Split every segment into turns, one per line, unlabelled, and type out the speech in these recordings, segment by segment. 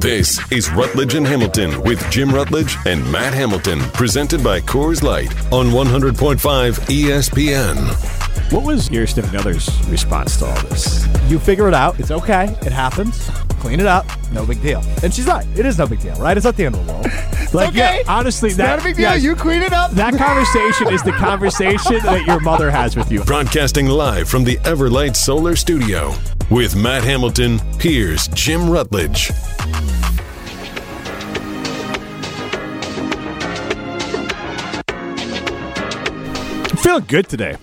This is Rutledge and Hamilton with Jim Rutledge and Matt Hamilton, presented by Coors Light on 100.5 E ESPN.
What was your significant other's response to all this?
You figure it out. It's okay. It happens. Clean it up. No big deal. And she's right. It is no big deal, right? It's not the end of the world.
Like, yeah,
okay.
honestly,
It's
that
not a big deal.
yes,
You clean it up.
that conversation is the conversation that your mother has with you.
Broadcasting live from the Everlight Solar Studio with Matt Hamilton, here's Jim Rutledge.
I'm feeling good today.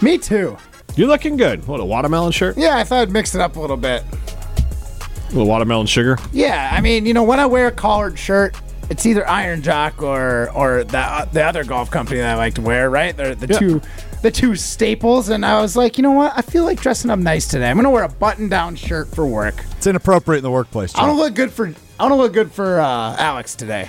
Me too.
You're looking good. What a watermelon shirt,
Yeah, I thought I'd mix it up a little bit.
a little watermelon sugar.
Yeah, I mean, you know, when I wear a collared shirt, it's either Iron Jock or or the the other golf company that I like to wear, right? They're the
Yeah.
two the two staples. And I was like, you know what? I feel like dressing up nice today. I'm gonna wear a button down shirt for work.
It's inappropriate in the workplace.
I
Jim.
don't look good for I don't look good for uh, Alex today.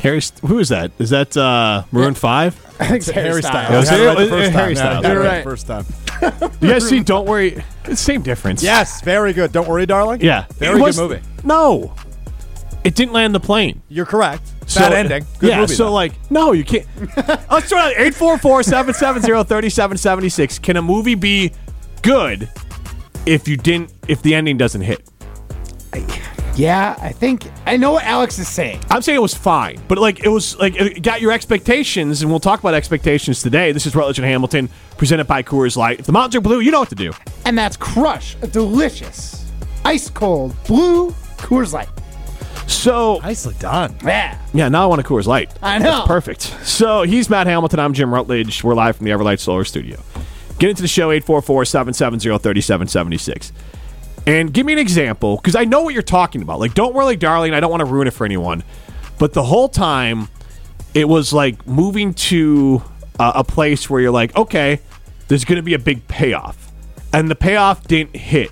Harry, St- who is that? Is that uh, Maroon Five?
I think it's
Harry Styles.
Styles.
You got it right the
Yeah,
first
Harry
time. Yeah, you
Styles.
got it
You're
right
right.
the first time.
You guys seen Don't Worry? It's same difference.
Yes, very good. Don't worry, darling.
yeah.
Very
It
good
was-
movie.
No, it didn't land the plane.
You're correct. Bad ending. Good
yeah,
movie.
so
though.
like, no, you can't. Let's try it. 844 770 3776. Can a movie be good if you didn't, if the ending doesn't hit?
Yeah, I think I know what Alex is saying.
I'm saying it was fine, but like, it was like, it got your expectations, and we'll talk about expectations today. This is Rutledge and Hamilton, presented by Coors Light. If the Mountains are blue, you know what to do.
And that's Crush, a delicious, ice cold, blue Coors Light.
So,
nicely done.
Yeah.
yeah, now I want a Coors Light.
I
That's
know.
perfect. So, he's Matt Hamilton. I'm Jim Rutledge. We're live from the Everlight Solar Studio. Get into the show, 844 770 3776. And give me an example, because I know what you're talking about. Like, don't worry, darling. I don't want to ruin it for anyone. But the whole time, it was like moving to uh, a place where you're like, okay, there's going to be a big payoff, and the payoff didn't hit.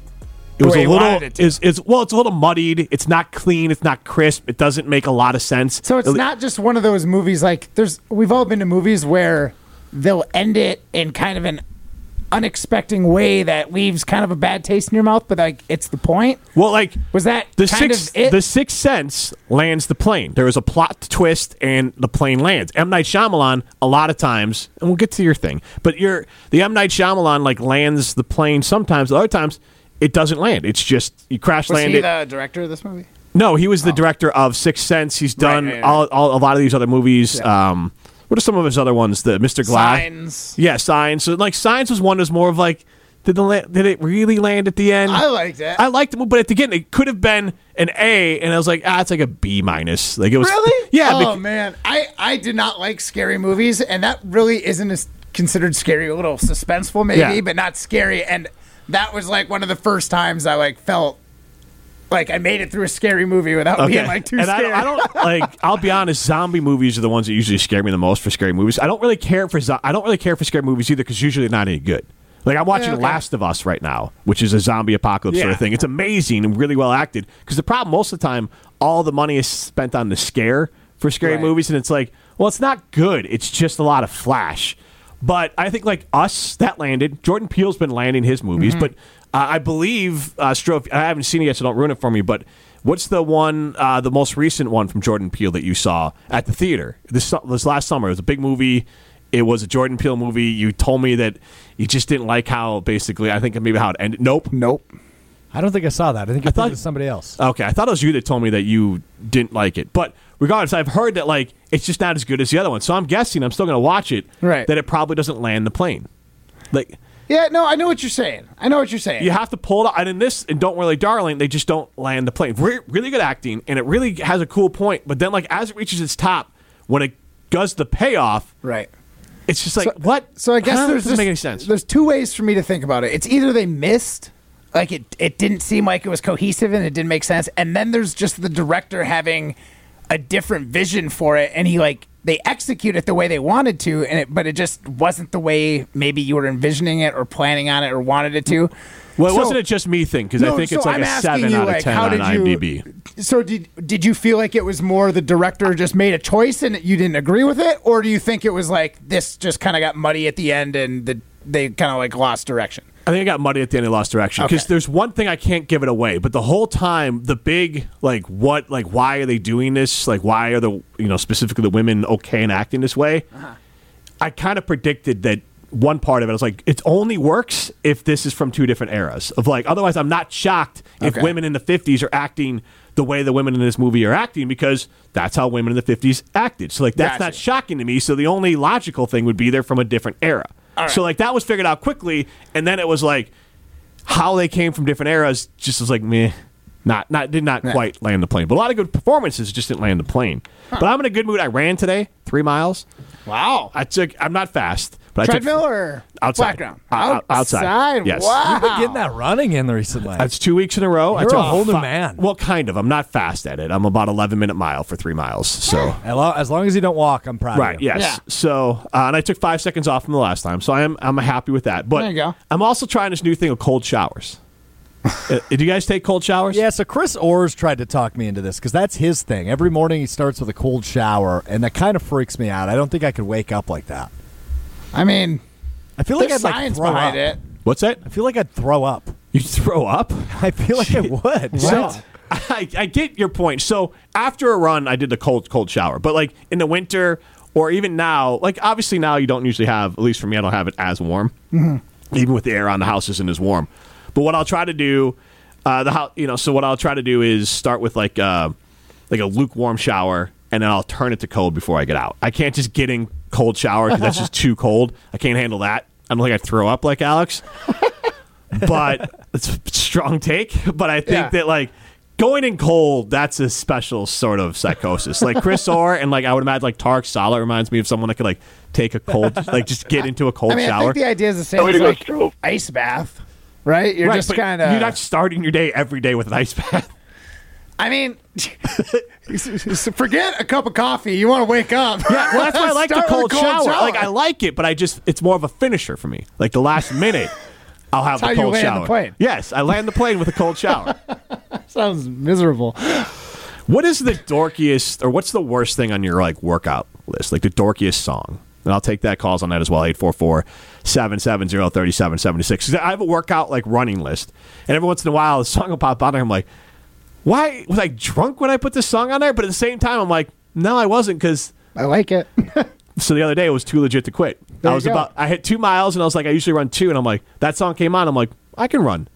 It was
way
a
you
little
wanted it to.
is is well, it's a little muddied. It's not clean. It's not crisp. It doesn't make a lot of sense.
So it's
At le-
not just one of those movies like there's we've all been to movies where they'll end it in kind of an unexpecting way that leaves kind of a bad taste in your mouth, but like it's the point.
well, like
Was that
the
kind
sixth
of it?
the sixth sense lands the plane. There is a plot twist and the plane lands. M Night Shyamalan a lot of times, and we'll get to your thing. But your the M Night Shyamalan like lands the plane sometimes. Other times it doesn't land. It's just you crash
Was
land
he
it.
the director of this movie?
No, he was the director of Sixth Sense. He's done
right, right.
All, all, a lot of these other movies. Um, what are some of his other ones? The Mr. Glass.
Signs.
Yeah, Signs. So like Signs was one that was more of like did the la- did it really land at the end?
I liked it.
I liked it, but at the end it could have been an A, and I was like, ah, it's like a B minus. Like it was Yeah.
Oh
bec-
man, I I did not like scary movies, and that really isn't as considered scary. A little suspenseful, maybe,
Yeah.
but not scary. And that was like one of the first times I like felt like I made it through a scary movie without
Okay.
being like too
and I
scared.
don't, I don't like. I'll be honest. Zombie movies are the ones that usually scare me the most for scary movies. I don't really care for. Zo- I don't really care for scary movies either because usually they're not any good. Like I'm watching
Yeah, okay.
Last of Us right now, which is a zombie apocalypse sort
Yeah.
of thing. It's amazing and really well acted. Because the problem most of the time, all the money is spent on the scare for scary
Right.
movies, and it's like, well, it's not good. It's just a lot of flash. But I think like us that landed. Jordan Peele's been landing his movies,
Mm-hmm.
but uh, I believe uh, Strofe. I haven't seen it yet, so don't ruin it for me. But what's the one, uh, the most recent one from Jordan Peele that you saw at the theater this su- this last summer? It was a big movie. It was a Jordan Peele movie. You told me that you just didn't like how basically. I think maybe how it ended. Nope.
Nope.
I don't think I saw that. I think I
thought-
thought it was somebody else.
Okay, I thought it was you that told me that you didn't like it. But regardless, I've heard that like it's just not as good as the other one. So I'm guessing I'm still going to watch it.
Right.
That it probably doesn't land the plane. Like
Yeah, no, I know what you're saying. I know what you're saying.
you have to pull it out. And in this, and don't worry, darling, they just don't land the plane. Re- really good acting, and it really has a cool point. But then, like as it reaches its top, when it does the payoff,
Right.
it's just like what?
So I guess
Huh?
there's
doesn't
just,
make any sense.
There's two ways for me to think about it. It's either they missed, like it it didn't seem like it was cohesive and it didn't make sense, and then there's just the director having a different vision for it, and he like they execute it the way they wanted to, and it but it just wasn't the way maybe you were envisioning it or planning on it or wanted it to.
well, it
So-
wasn't it just me thing? Because I
No,
think
so
it's like
I'm
a
asking
seven
you,
out of
like,
ten
how
on
did you-
IMDb.
So did did you feel like it was more the director just made a choice and you didn't agree with it, or do you think it was like this just kind of got muddy at the end and the, they kind of like lost direction?
I think I got muddy at the end and lost direction because
Okay.
there's one thing I can't give it away, but the whole time the big like what like why are they doing this? Like why are the you know specifically the women okay and acting this way?
Uh-huh.
I kind of predicted that one part of it I was like it only works if this is from two different eras of like otherwise I'm not shocked if
Okay.
women in the 50s are acting the way the women in this movie are acting because that's how women in the 50s acted. So like that's
Gotcha.
not shocking to me. So the only logical thing would be they're from a different era.
All right.
So like that was figured out quickly, and then it was like how they came from different eras. Just was like meh, not not did not quite land the plane. But a lot of good performances just didn't land the plane. But I'm in a good mood. I ran today three miles.
Wow.
I took. I'm not fast, but I
Treadmill
took
or
outside
background?
Out- out- outside. Yes.
uh, Wow.
You've
You've been getting that running in recently.
that's two weeks in a row. I
You're
took
a whole new
fi-
man.
Well, kind of. I'm not fast at it. I'm about 11 minute mile for three miles. So
As lo- as long as you don't walk, I'm proud
Right.
of you.
Yes.
Yeah.
So, uh, and I took five seconds off from the last time, so I'm I'm happy with that. But
There you go.
I'm also trying this new thing of cold showers. uh, do you guys take cold showers?
Yeah, so Chris Orrs tried to talk me into this because that's his thing. Every morning he starts with a cold shower, and that kind of freaks me out. I don't think I could wake up like that.
I mean,
I feel like
there's
I'd
science
like throw
behind
up.
it.
What's that?
I feel like I'd throw up.
You throw up?
I feel like I would.
So, I, I get your point. So after a run, I did the cold cold shower, but like in the winter or even now, like obviously now you don't usually have. At least for me, I don't have it as warm. Even with the air on, the house isn't as warm. But what I'll try to do, uh, the house, you know, so what I'll try to do is start with like uh, like a lukewarm shower, and then I'll turn it to cold before I get out. I can't just get in cold shower because that's just too cold. I can't handle that. I don't think I'd throw up like Alex but it's a strong take. But I think
Yeah.
that like going in cold, that's a special sort of psychosis. Like Chris Orr and like I would imagine like Tark Sala reminds me of someone that could like take a cold, like just get into a cold
I mean, I
shower.
think the idea is the same
Way
as
to go,
like
Stroop.
ice bath, right? You're
Right,
just
but
kind of.
you're not starting your day every day with an ice bath.
I mean, forget a cup of coffee. You want to wake up?
Yeah, well, that's why I like the
Start with a
cold, shower. Like I like it, but I just it's more of a finisher for me. Like the last minute, I'll have
how
the
you
cold
land the
shower.
plane.
Yes, I land the plane with a cold shower.
sounds miserable.
What is the dorkiest or what's the worst thing on your like workout list? Like the dorkiest song. And I'll take that calls on that as well 844 770 3776. I have a workout like running list. And every once in a while, a song will pop on there. I'm like, why was I drunk when I put this song on there? But at the same time, I'm like, no, I wasn't because.
I like it.
So the other day, it was too legit to quit.
There
I
you
was
go.
about, I hit two miles and I was like, I usually run two. And I'm like, that song came on. I'm like, I can run.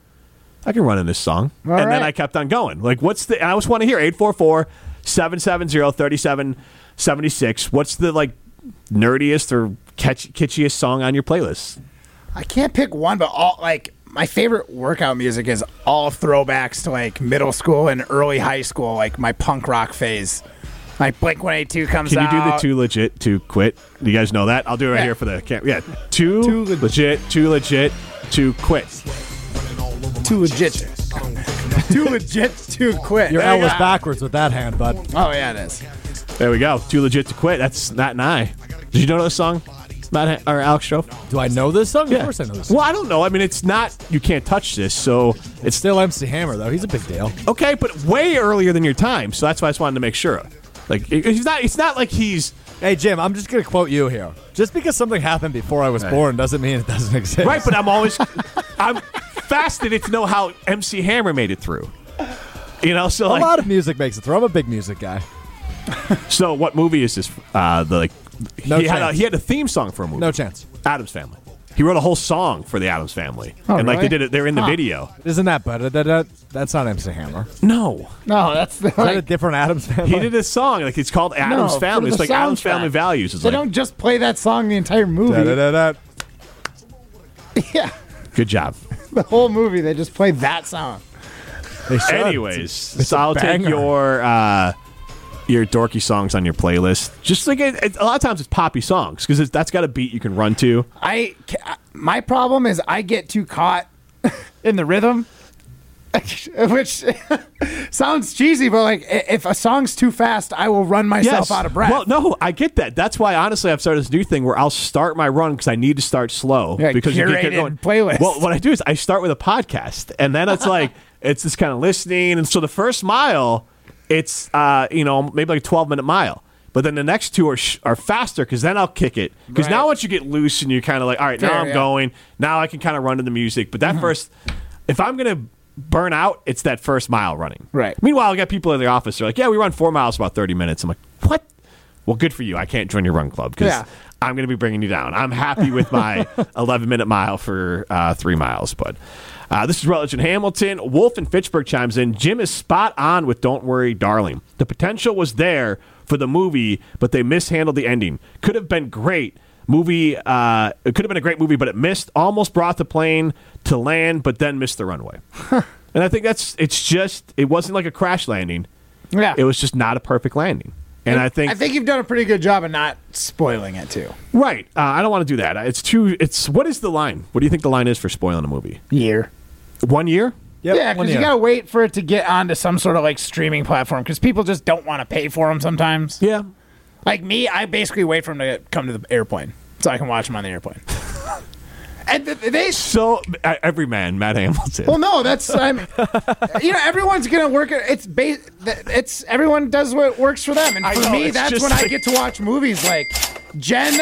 I can run in this song.
All
and then
right.
I kept on going. Like, what's the, and I just want to hear 844 770 3776. What's the like nerdiest or catch, kitschiest song on your playlist?
I can't pick one, but all like my favorite workout music is all throwbacks to like middle school and early high school, like my punk rock phase. Like Blink One Eight Two comes
Can you
out.
do the too legit to quit? You guys know that? I'll do it right
Yeah.
here for the camera. Yeah. Too, legit, too legit to quit.
too legit? too legit to quit.
Your
There
L
you
was
go.
backwards with that hand, bud.
Oh yeah, it is.
There we go. Too legit to quit. That's Nat and I. Did you know this song? Matt or Alex Stroh?
Do I know this song? Of course I know this. Song.
Well, I don't know. I mean, it's not. You can't touch this. So
It's still MC Hammer though. He's a big deal.
okay, but way earlier than your time. So that's why I just wanted to make sure. Like it- it's not. It's not like he's
Hey Jim, I'm just gonna quote you here. Just because something happened before I was born doesn't mean it doesn't exist.
right. But I'm always. I'm fascinated to know how MC Hammer made it through. You know. So
a
like.
lot of music makes it through. I'm a big music guy.
so what movie is this? Uh, the like.
No
he had a,
chance.
he had a theme song for a movie.
No chance.
Adams Family. He wrote a whole song for the Adams Family,
Oh,
and like they
really?
did it. They're in the video.
Isn't that better? That, that, that's not MC Hammer. Is
No.
No, that's the.
that a
Like,
different Adams family?
He did a song like it's called Adam's
for
Family. It's
the
like Adam's
soundtrack.
Family Values. It's
they
like,
don't just play that song the entire movie.
Da-da-da-da.
Yeah,
good job.
the whole movie they just play that song.
They should.
Anyways, so I'll take
banger.
your uh, your dorky songs on your playlist. Just like it, it, a lot of times it's poppy songs because that's got a beat you can run to.
I ca- my problem is I get too caught in the rhythm, which sounds cheesy, but like i- if a song's too fast, I will run myself out of breath.
Well, no, I get that. That's why honestly I've started this new thing where I'll start my run because I need to start slow
Yeah,
because
curated playlist.
Well, what I do is I start with a podcast and then it's like it's this kind of listening and so the first mile it's uh you know maybe like a 12 minute mile. But then the next two are sh- are faster because then I'll kick it. Because now
Right.
once you get loose and you're kind of like, all right, now
Fair,
I'm
yeah.
going. Now I can kind of run to the music. But that first, if I'm gonna burn out, it's that first mile running.
Right.
Meanwhile, I got people in the office. They're like, yeah, we run four miles in about 30 minutes. I'm like, what? Well, good for you. I can't join your run club because
Yeah.
I'm going to be bringing you down. I'm happy with my 11 minute mile for uh, three miles, but. Uh, this is Rutledge and Hamilton. Wolf and Fitchburg chimes in. Jim is spot on with Don't Worry, Darling. The potential was there for the movie, but they mishandled the ending. Could have been great movie. Uh, it could have been a great movie, but it missed. Almost brought the plane to land, but then missed the runway. and I think that's. It's just. It wasn't like a crash landing.
Yeah.
It was just not a perfect landing. And I think
I think you've done a pretty good job of not spoiling it too.
Right. Uh, I don't want to do that. It's too. It's what is the line? What do you think the line is for spoiling a movie?
Year.
One year.
Yep,
yeah,
one
because you
year.
gotta wait for it to get onto some sort of like streaming platform because people just don't want to pay for them sometimes.
Yeah.
Like me, I basically wait for them to come to the airplane so I can watch them on the airplane. and th- they
So uh, every man, Matt Hamilton.
Well, no, that's I'm. you know, everyone's gonna work. it- It's ba- th- It's everyone does what works for them, and
I
for
know,
me,
it's
that's
just
when I
like-
get to watch movies. Like Jen,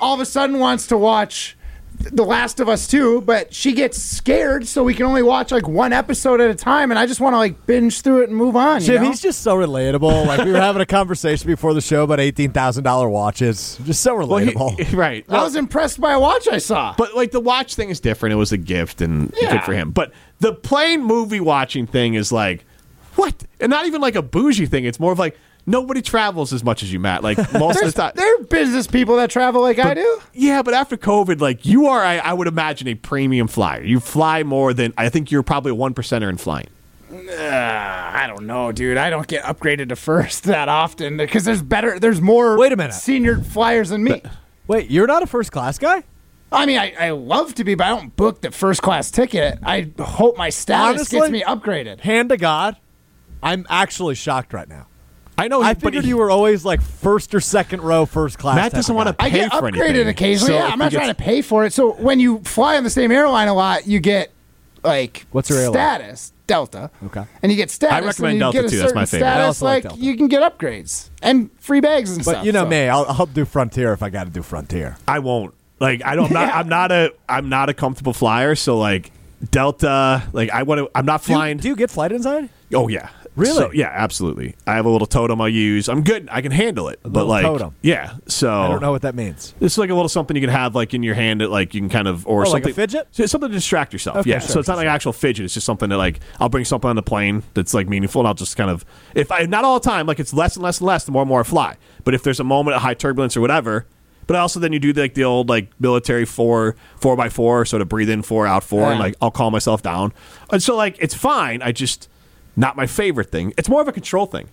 all of a sudden wants to watch The Last of Us Two, but she gets scared, so we can only watch like one episode at a time, and I just want to like binge through it and move on.
Jim,
you know?
he's just so relatable. Like we were having a conversation before the show about eighteen thousand dollar watches. Just so
Well, he-
relatable.
right.
I was impressed by a watch I saw.
but like the watch thing is different. It was a gift and good
Yeah.
for him. But the plain movie watching thing is like what? And not even like a bougie thing. It's more of like nobody travels as much as you, Matt. Like most of
There's,
the time.
there are business people that travel like I do.
Yeah, but after COVID, like you are, I, I would imagine a premium flyer. You fly more than I think you're probably a one percenter in flying.
I don't know, dude. I don't get upgraded to first that often because there's better, there's more.
Wait a minute.
senior flyers than me.
Wait, you're not a first class guy?
I mean, I, I love to be, but I don't book the first class ticket. I hope my status
Honestly?
gets me upgraded.
Hand to God, I'm actually shocked right now.
I know.
I
but
figured
he-
you were always like first or second row first class.
Matt doesn't want to pay
I get
for
upgraded
anything.
occasionally.
So
yeah,
if he
I'm not
gets-
trying to pay for it. So when you fly on the same airline a lot, you get like
What's your airline?
status Delta.
Okay.
and you get status. and
recommend
you
Delta,
get a
too. That's
certain
my favorite. I
Status,
also like
like,
Delta.
you can get upgrades and free bags and
But
stuff.
you know
so.
me, I'll, I'll do Frontier if I got to do Frontier.
I won't. Like I don't. I'm not, I'm not a. I'm not a comfortable flyer. So like Delta. Like I want to. I'm not
Do you-
flying.
Do you get flight anxiety?
oh yeah.
Really?
So, yeah, absolutely. I have a little totem I use. I'm good. I can handle it. but
little
like,
totem.
yeah. So
I don't know what that means.
It's like a little something you can have like in your hand that like you can kind of or
Oh, like
something
a fidget?
So it's something to distract yourself.
Okay,
yeah.
sure,
so it's not like an actual fidget. It's just something that like I'll bring something on the plane that's like meaningful and I'll just kind of if I not all the time like it's less and less and less the more and more I fly. But if there's a moment of high turbulence or whatever. But also then you do like the old like military four four by four sort of breathe in four out four and
Yeah.
like I'll calm myself down and so like it's fine. I just not my favorite thing. It's more of a control thing.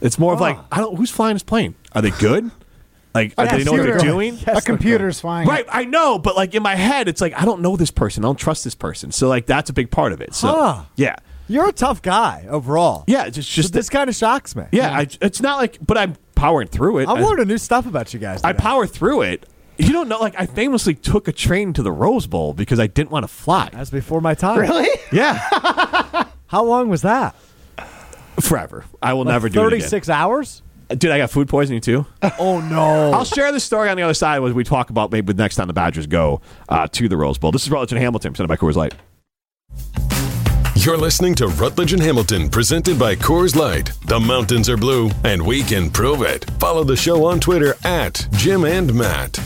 It's more of like I don't who's flying this plane. Are they good? Like,
A
do they know what they're
computer-
doing?
A computer's flying.
Right, I know, but like in my head, it's like I don't know this person. I don't trust this person. So like that's a big part of it. So
Huh.
yeah,
You're a tough guy overall.
yeah, it's just, just
This kind of shocks me.
yeah. I, it's not like, but I'm powering through it.
I'm
I-
learning new stuff about you guys.
I
today.
power through it. You don't know, like I famously took a train to the Rose Bowl because I didn't want to fly.
That's before my time.
Really?
Yeah,
How long was that?
forever. I will never do it again.
Thirty-six hours.
Dude, I got food poisoning too.
Oh no!
I'll share this story on the other side when we talk about maybe the next time the Badgers go uh, to the Rose Bowl. This is Rutledge and Hamilton, presented by Coors Light.
You're listening to Rutledge and Hamilton, presented by Coors Light. The mountains are blue, and we can prove it. Follow the show on Twitter at Jim and Matt.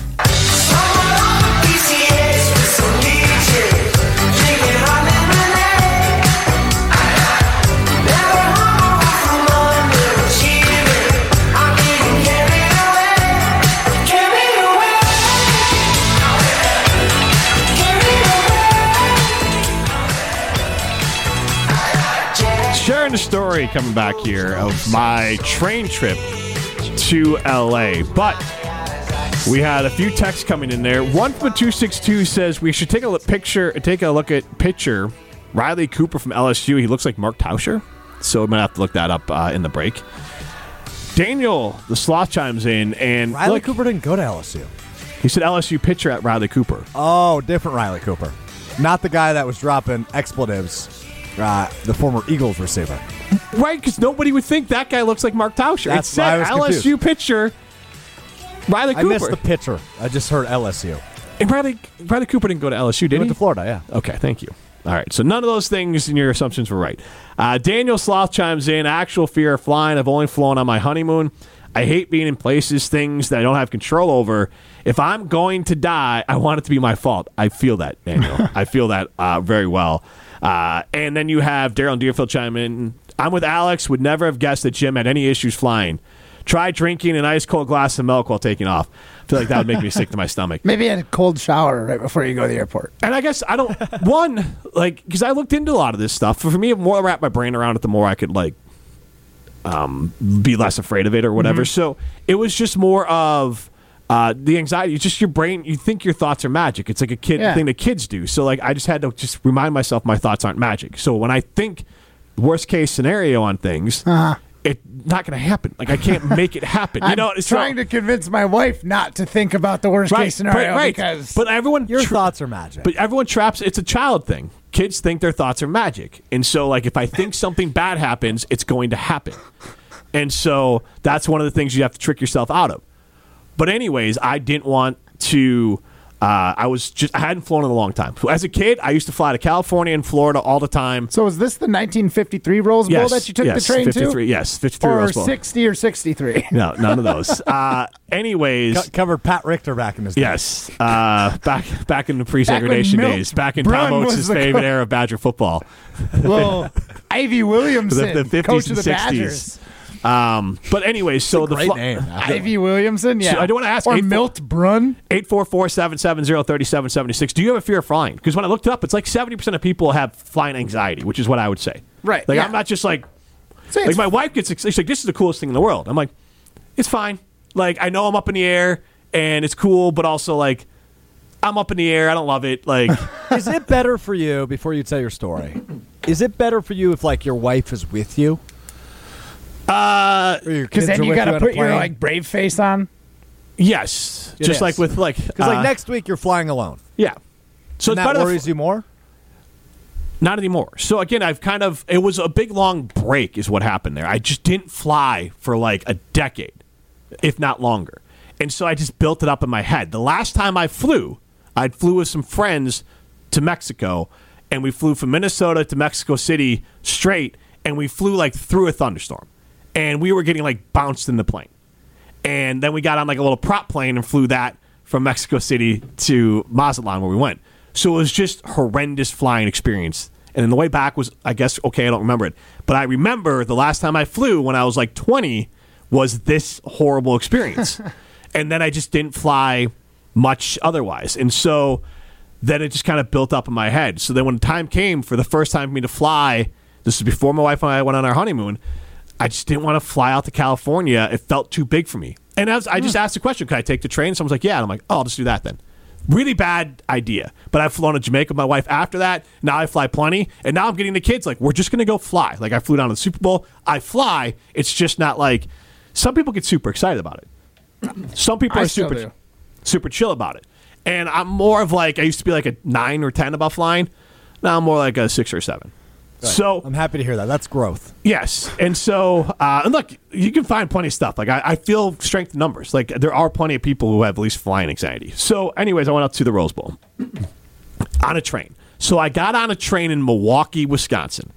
sharing the story coming back here of my train trip to LA. But we had a few texts coming in there. One from two six two says we should take a look, picture, take a look at picture Riley Cooper from LSU. He looks like Mark Tauscher, so we might have to look that up uh, in the break. Daniel, the sloth chimes in and
Riley
look,
Cooper didn't go to LSU.
he said LSU pitcher at Riley Cooper.
Oh, different Riley Cooper, not the guy that was dropping expletives uh, the former Eagles receiver.
Right, because nobody would think that guy looks like Mark Tauscher.
That's
it's
why I
said
was
LSU
confused.
pitcher Riley
I missed
Cooper.
the pitcher. I just heard LSU.
and Riley, Riley Cooper didn't go to LSU, did
He
he?
went to Florida, yeah.
Okay, thank you. All right, so none of those things in your assumptions were right. Uh, Daniel Sloth chimes in actual fear of flying. I've only flown on my honeymoon. I hate being in places, things that I don't have control over. If I'm going to die, I want it to be my fault. I feel that, Daniel. I feel that uh, very well. Uh, and then you have Daryl and Deerfield chime in. I'm with Alex, would never have guessed that Jim had any issues flying. Try drinking an ice cold glass of milk while taking off. I feel like that would make me sick to my stomach.
Maybe had a cold shower right before you go to the airport.
And I guess I don't one like because I looked into a lot of this stuff. For me, the more I wrap my brain around it, the more I could like um, be less afraid of it or whatever.
Mm-hmm.
So it was just more of uh, the anxiety. It's just your brain. You think your thoughts are magic. It's like a kid
Yeah.
thing that kids do. So like I just had to just remind myself my thoughts aren't magic. So when I think worst case scenario on things.
Uh-huh.
It's not going to happen. Like I can't make it happen. You
I'm
know, it's
trying to convince my wife not to think about the worst
right,
case scenario
right, right.
because
but everyone
Your
tr-
thoughts are magic.
but everyone traps. It's a child thing. Kids think their thoughts are magic, and so like if I think something bad happens, it's going to happen, and so that's one of the things you have to trick yourself out of. But anyways, I didn't want to. Uh, I was just I hadn't flown in a long time. So As a kid, I used to fly to California and Florida all the time.
so is this the 1953 Rolls Bowl
yes,
that you took
yes,
the train
53,
to?
Yes, fifty-three.
Or
Rose Bowl.
60 or 63?
No, none of those. Uh, anyways,
Co- covered Pat Richter back in his day.
Yes, uh, back back in the pre-segregation
Milt
days, back in
Brun
Tom Oates'
was the
favorite
coach.
era of Badger football,
Well, Ivy Williamson,
the
coach
fifties
of
and
the
sixties.
Badgers.
Um, but anyways, so the
Great
fl-
name.
Ivy Williamson, yeah.
So I don't wanna ask
Or
April-
Milt Brun.
844-770-3776. Do you have a fear of flying? Because when I looked it up, it's like seventy percent of people have flying anxiety, which is what I would say.
Right,
Like
yeah.
I'm not just like
Say
like
it's
my wife gets ex- she's like this is the coolest thing in the world. I'm like it's fine. Like I know I'm up in the air and it's cool, but also like I'm up in the air. I don't love it. Like.
is it better for you before you tell your story? Is it better for you if like your wife is with you? Uh,
Because then you got to put your like brave face on.
Yes,
It
just
is.
like with like uh,
because like next week you're flying alone.
yeah. So
And
it's
that
better than-
worries you more.
not anymore. So again, I've kind of it was a big long break is what happened there. I just didn't fly for like a decade, if not longer, and so I just built it up in my head. The last time I flew, I flew with some friends to Mexico, and we flew from Minnesota to Mexico City straight, and we flew like through a thunderstorm, and we were getting like bounced in the plane. and then we got on like a little prop plane and flew that from Mexico City to Mazatlan where we went. So it was just horrendous flying experience. And then the way back was, I guess, okay, I don't remember it, but I remember the last time I flew when I was like 20 was this horrible experience, and then I just didn't fly much otherwise, and so then it just kind of built up in my head. So then when time came for the first time for me to fly, this was before my wife and I went on our honeymoon. I just didn't want to fly out to California. It felt too big for me. And I, was, I
Hmm.
just asked the question, could I take the train? Someone's like, yeah. And I'm like, oh, I'll just do that then. Really bad idea. But I've flown to Jamaica with my wife after that. Now I fly plenty. And now I'm getting the kids like, we're just going to go fly. Like I flew down to the Super Bowl. I fly. It's just not like some people get super excited about it. Some people
I
are
still
super
do.
super chill about it. And I'm more of like I used to be like a nine or ten about flying. Now I'm more like a six or seven. So
I'm happy to hear that. That's growth.
Yes, and so uh, and look, you can find plenty of stuff. Like I, I feel strength in numbers. Like there are plenty of people who have at least flying anxiety. So, anyways, I went out to the Rose Bowl on a train. So I got on a train in Milwaukee, Wisconsin,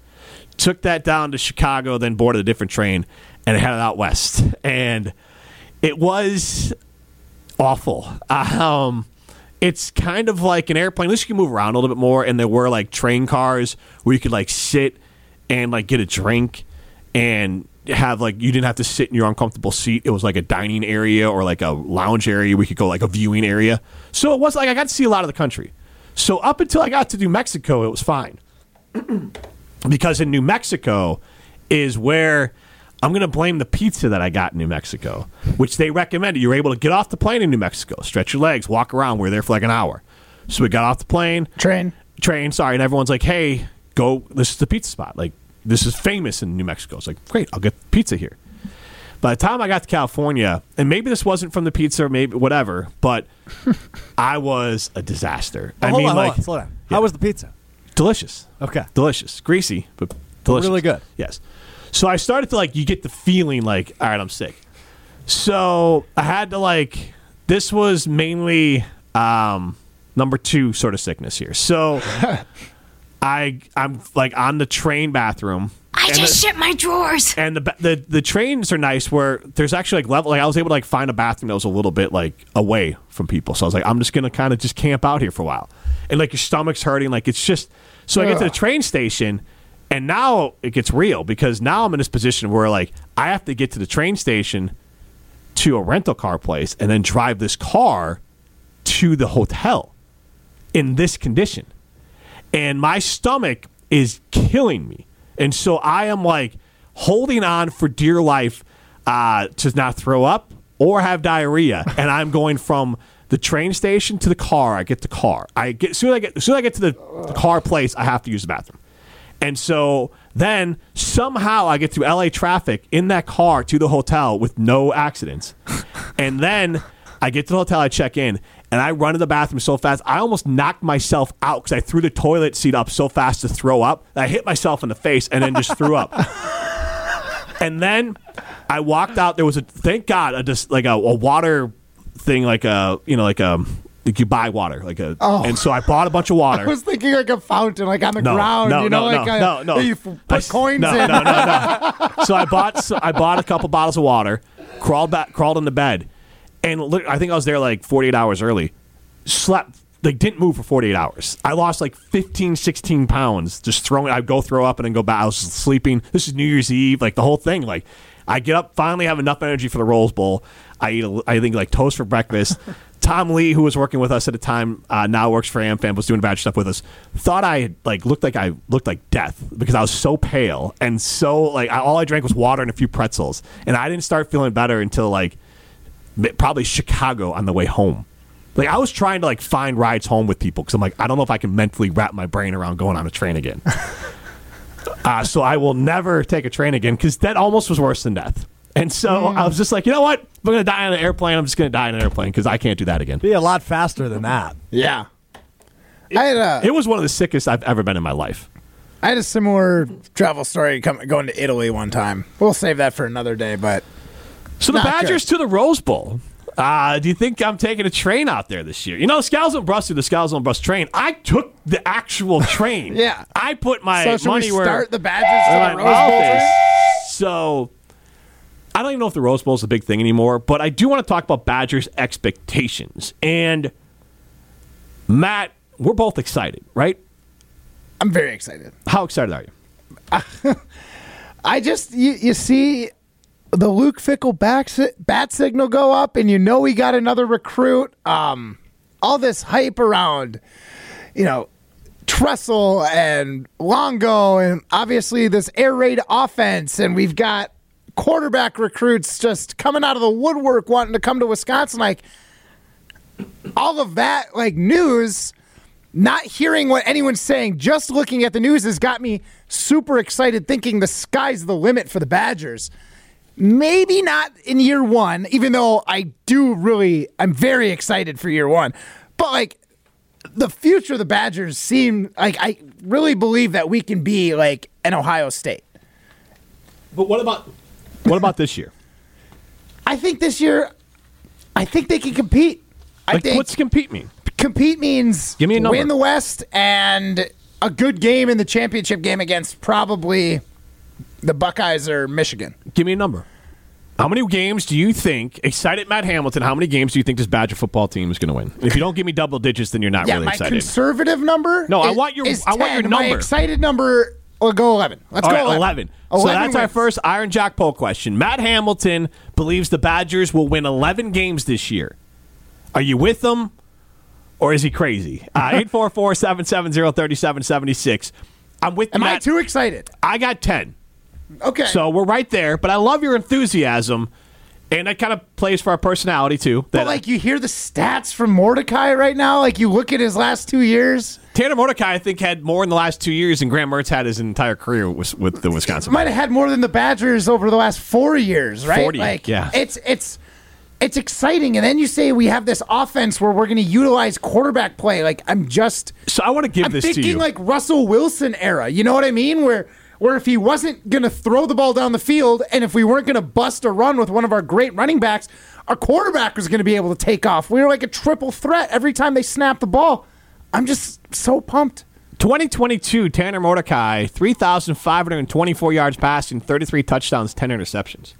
took that down to Chicago, then boarded a different train and headed out west. And it was awful. Um, it's kind of like an airplane. At least you can move around a little bit more. And there were like train cars where you could like sit and like get a drink and have like you didn't have to sit in your uncomfortable seat. It was like a dining area or like a lounge area. We could go like a viewing area. So it was like I got to see a lot of the country. So up until I got to New Mexico, it was fine because in New Mexico is where I'm going to blame the pizza that I got in New Mexico, which they recommended. You're able to get off the plane in New Mexico, stretch your legs, walk around. We are there for like an hour. So we got off the plane,
Train.
train, sorry, and everyone's like, hey, go, this is the pizza spot. Like, this is famous in New Mexico. It's like, great, I'll get pizza here. By the time I got to California, and maybe this wasn't from the pizza or maybe whatever, but I was a disaster. I
hold
mean,
on,
like,
hold on, slow down. How was the pizza?
delicious.
Okay.
Delicious. Greasy, but delicious.
really good.
Yes. So I started to like you get the feeling like, all right, I'm sick. So I had to like this was mainly um number two sort of sickness here. So I I'm like on the train bathroom
I just shit my drawers.
and the ba- the the trains are nice where there's actually like level like I was able to like find a bathroom that was a little bit like away from people. So I was like I'm just going to kind of just camp out here for a while. And like your stomach's hurting like it's just so I get to the train station and now it gets real because now I'm in this position where like I have to get to the train station to a rental car place and then drive this car to the hotel in this condition and my stomach is killing me. And so I am like holding on for dear life uh, to not throw up or have diarrhea. And I'm going from the train station to the car. I get the car. I get as soon as I get as soon as I get to the, the car place, I have to use the bathroom. And so then somehow I get through LA traffic in that car to the hotel with no accidents. and then I get to the hotel, I check in, and I run to the bathroom so fast. I almost knocked myself out because I threw the toilet seat up so fast to throw up. that I hit myself in the face and then just threw up. And then I walked out. There was a thank God a just like a, a water thing, like a you know like a like you buy water, like a.
Oh.
And so I bought a bunch of water.
I was thinking like a fountain, like on the
No,
ground,
no,
you
no,
know,
no,
like a,
no, no.
you f- put
I s-
coins
no,
in.
No, no, no. so I bought so I bought a couple bottles of water, crawled back, crawled into bed, and look, I think I was there like 48 hours early. Slept like didn't move for 48 hours. I lost like 15, 16 pounds just throwing. I'd go throw up and then go back. I was sleeping. This is New Year's Eve, like the whole thing. Like I get up, finally have enough energy for the Rolls Bowl. I eat, a, I think like toast for breakfast. Tom Lee, who was working with us at the time, uh, now works for AmFam, was doing badge stuff with us. Thought I had, like looked like I looked like death because I was so pale and so like I, all I drank was water and a few pretzels, and I didn't start feeling better until like mi- probably Chicago on the way home. Like I was trying to like find rides home with people because I'm like I don't know if I can mentally wrap my brain around going on a train again. uh, so I will never take a train again because that almost was worse than death. And so I was just like, you know what? If I'm gonna die on an airplane. I'm just gonna die on an airplane because I can't do that again.
Be a lot faster than that.
Yeah. I had a
It was one of the sickest I've ever been in my life.
I had a similar travel story com- going to Italy one time. We'll save that for another day, but
So the
Not good.
Badgers to the Rose Bowl. Uh, do you think I'm taking a train out there this year? You know, Scowls on Bus to the Scowls on Bus train. I took the actual train.
Yeah.
I put my
so should
money
we
where
start the Badgers to the
my
Rose Bowl?
mouth is.
train?
So I don't even know if the Rose Bowl is a big thing anymore, but I do want to talk about Badgers expectations. And Matt, we're both excited, right?
I'm very excited.
How excited are you?
I just you, you see the Luke Fickle back si- bat signal go up, and you know we got another recruit. Um, all this hype around, you know, Trestle and Longo, and obviously this air raid offense, and we've got quarterback recruits just coming out of the woodwork wanting to come to Wisconsin. Like all of that, like news not hearing what anyone's saying, just looking at the news has got me super excited, thinking the sky's the limit for the Badgers. Maybe not in year one, even though I do really, I'm very excited for year one. But like the future of the Badgers seem like I really believe that we can be like an Ohio State.
But what about what about this year?
I think this year, I think they can compete. I
Like,
think
what's compete mean?
compete means
Give me a number.
win the West and a good game in the championship game against probably the Buckeyes or Michigan.
Give me a number. How many games do you think, excited Matt Hamilton, how many games do you think this Badger football team is going to win? If you don't give me double digits, then you're not
yeah,
really
my
excited.
conservative number.
No, I
is-
want your-
is
I want your
10. My
number.
excited number. Well, go eleven. Let's
All
go
right, 11.
11.
so that's our
wins.
first Iron Jock poll question. Matt Hamilton believes the Badgers will win 11 games this year. Are you with him or is he crazy? Uh, 844 770 3776. I'm with
Am I
Matt.
too excited?
I got 10.
Okay.
So we're right there, but I love your enthusiasm. And that kind of plays for our personality too. That
but like you hear the stats from Mordecai right now. Like you look at his last two years.
Tanner Mordecai, I think, had more in the last two years than Graham Mertz had his entire career with, with the Wisconsin.
might have had more than the Badgers over the last four years, right?
40,
like,
yeah.
It's it's it's exciting. And then you say we have this offense where we're going to utilize quarterback play. Like I'm just
So I want to give
I'm
this
thinking
to you.
like Russell Wilson era. You know what I mean? Where where if he wasn't going to throw the ball down the field, and if we weren't going to bust a run with one of our great running backs, our quarterback was going to be able to take off. We were like a triple threat every time they snapped the ball. I'm just so pumped.
2022 Tanner Mordecai, 3,524 yards passing, 33 touchdowns, 10 interceptions.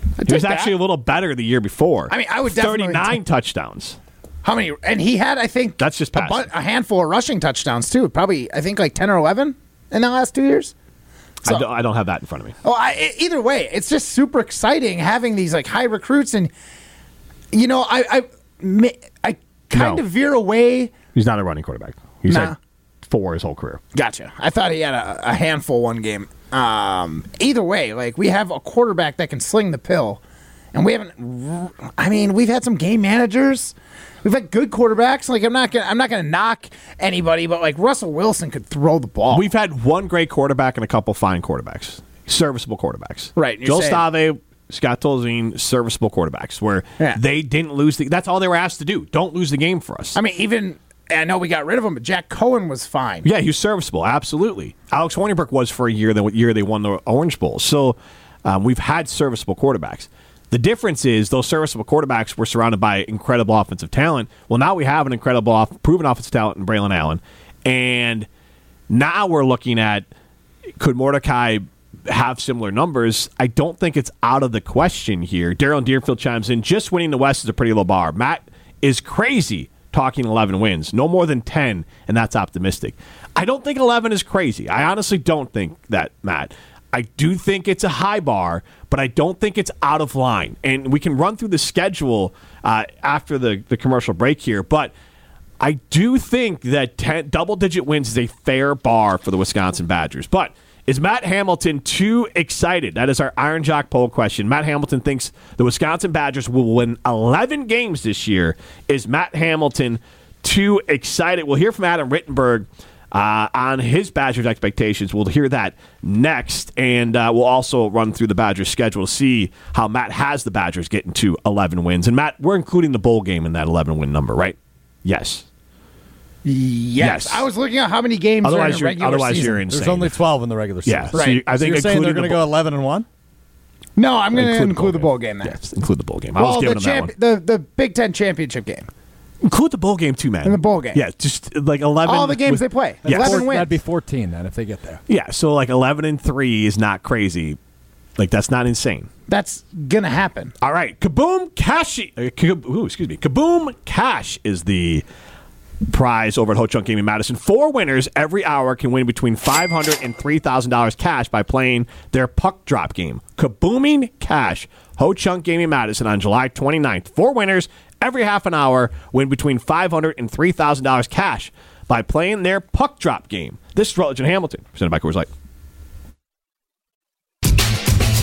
He was
take that.
actually a little better the year before.
I mean, I would definitely
39
take-
touchdowns.
How many? And he had, I think,
That's just
a,
passing.
a handful of rushing touchdowns too. Probably, I think, like ten or eleven in the last two years.
I, don't, I don't have that in front of me.
Oh, I, e- either way, it's just super exciting having these like high recruits, and you know, I I mi- I kind
No.
of veer away.
He's not a running quarterback. He's
Nah.
had four his whole career.
Gotcha. I thought he had a, a handful one game. Um, either way, like we have a quarterback that can sling the pill, and we haven't. I mean, we've had some game managers. We've had good quarterbacks. Like I'm not gonna I'm not gonna knock anybody, but like Russell Wilson could throw the ball.
We've had one great quarterback and a couple fine quarterbacks, serviceable quarterbacks.
Right, you're
Joel
saying-
Stave, Scott Tolzien, serviceable quarterbacks, where
Yeah.
they didn't lose the. That's all they were asked to do. Don't lose the game for us.
I mean, even I know we got rid of him, but Jack Cohen was fine.
Yeah, he was serviceable. Absolutely. Alex Hornibrook was for a year, the year they won the Orange Bowl. So um, we've had serviceable quarterbacks. The difference is those serviceable quarterbacks were surrounded by incredible offensive talent. Well, now we have an incredible, off- proven offensive talent in Braylon Allen. And now we're looking at could Mordecai have similar numbers? I don't think it's out of the question here. Daryl Deerfield chimes in just winning the West is a pretty low bar. Matt is crazy talking 11 wins, no more than 10, and that's optimistic. I don't think 11 is crazy. I honestly don't think that, Matt. I do think it's a high bar, but I don't think it's out of line. And we can run through the schedule uh, after the, the commercial break here, but I do think that ten, double digit wins is a fair bar for the Wisconsin Badgers. But is Matt Hamilton too excited? That is our Iron Jock poll question. Matt Hamilton thinks the Wisconsin Badgers will win 11 games this year. Is Matt Hamilton too excited? We'll hear from Adam Rittenberg. Uh, on his Badgers expectations. We'll hear that next, and uh, we'll also run through the Badgers schedule to see how Matt has the Badgers getting to 11 wins. And Matt, we're including the bowl game in that 11 win number, right? Yes.
Yes.
Yes.
I was looking at how many games
Otherwise,
are
you're
in a regular
otherwise
season.
you're insane.
There's only 12 in the regular season.
yeah.
Right.
So you, I
So
think
you're saying they're
including
going
the
to go
bowl-
11 and 1?
No, I'm going to
the
include the bowl game there.
Yes, include the bowl game. I was
Well, the,
giving them
champ-
that one.
the the Big Ten championship game.
Include the bowl game too, man.
And the bowl game.
Yeah, just like eleven.
All the
with-
games they play.
Yes.
11
Four-
wins.
That'd be 14 then if they get there.
Yeah, so like eleven and three is not crazy. Like that's not insane.
That's gonna happen.
All right, Kaboom Cash. uh, Kab- ooh, excuse me, Kaboom Cash is the prize over at Ho Chunk Gaming Madison. Four winners every hour can win between five hundred and three thousand dollars cash by playing their puck drop game. Kabooming Cash, Ho Chunk Gaming Madison on July 29th. Four winners every half an hour win between five hundred and three thousand dollars cash by playing their puck drop game. This is Rutledge and Hamilton, presented by Coors Light.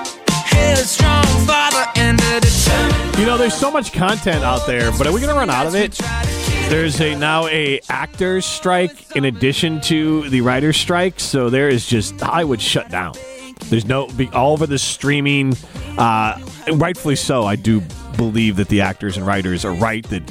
allows. Headstrong father and a determined.
You know, there's so much content out there, but are we going to run out of it? There's a now a actors strike in addition to the writers strike, so there is just Hollywood shut down. There's no be- all over the streaming, uh, rightfully so. I do believe that the actors and writers are right that,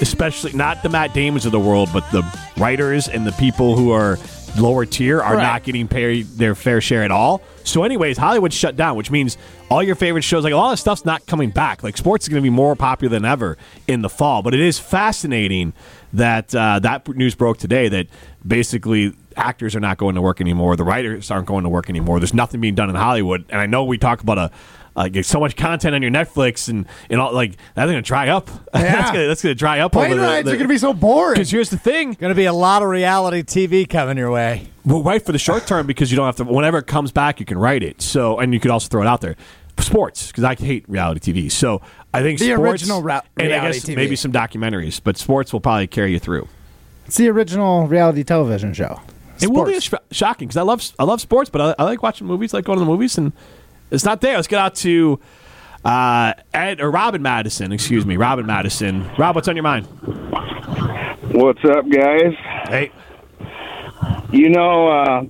especially not the Matt Damons of the world, but the writers and the people who are lower tier are
Right.
not getting paid their fair share at all. So, anyways, Hollywood shut down, which means all your favorite shows, like a lot of stuff's not coming back. Like sports is going to be more popular than ever in the fall. But it is fascinating that uh, that news broke today that basically actors are not going to work anymore, the writers aren't going to work anymore. There's nothing being done in Hollywood, and I know we talk about a. Like there's so much content on your Netflix and, and all like that's gonna dry up. that's gonna that's gonna dry up.
Plane rides are gonna be so boring.
because here's the thing:
Going to be a lot of reality TV coming your way.
Well, right for the short term because you don't have to. Whenever it comes back, you can write it. So, and you could also throw it out there. Sports, because I hate reality TV. So I think
The
sports,
original ra-
and I
reality
guess
TV.
maybe some documentaries, but sports will probably carry you through.
It's the original reality television show.
It will be
Sports.
sh- shocking because I love I love sports, but I, I like watching movies, I like going to the movies, and It's not there. Let's get out to uh, Ed or Robin Madison. Excuse me, Robin Madison. Rob, what's on your mind?
What's up, guys?
Hey,
You know, uh,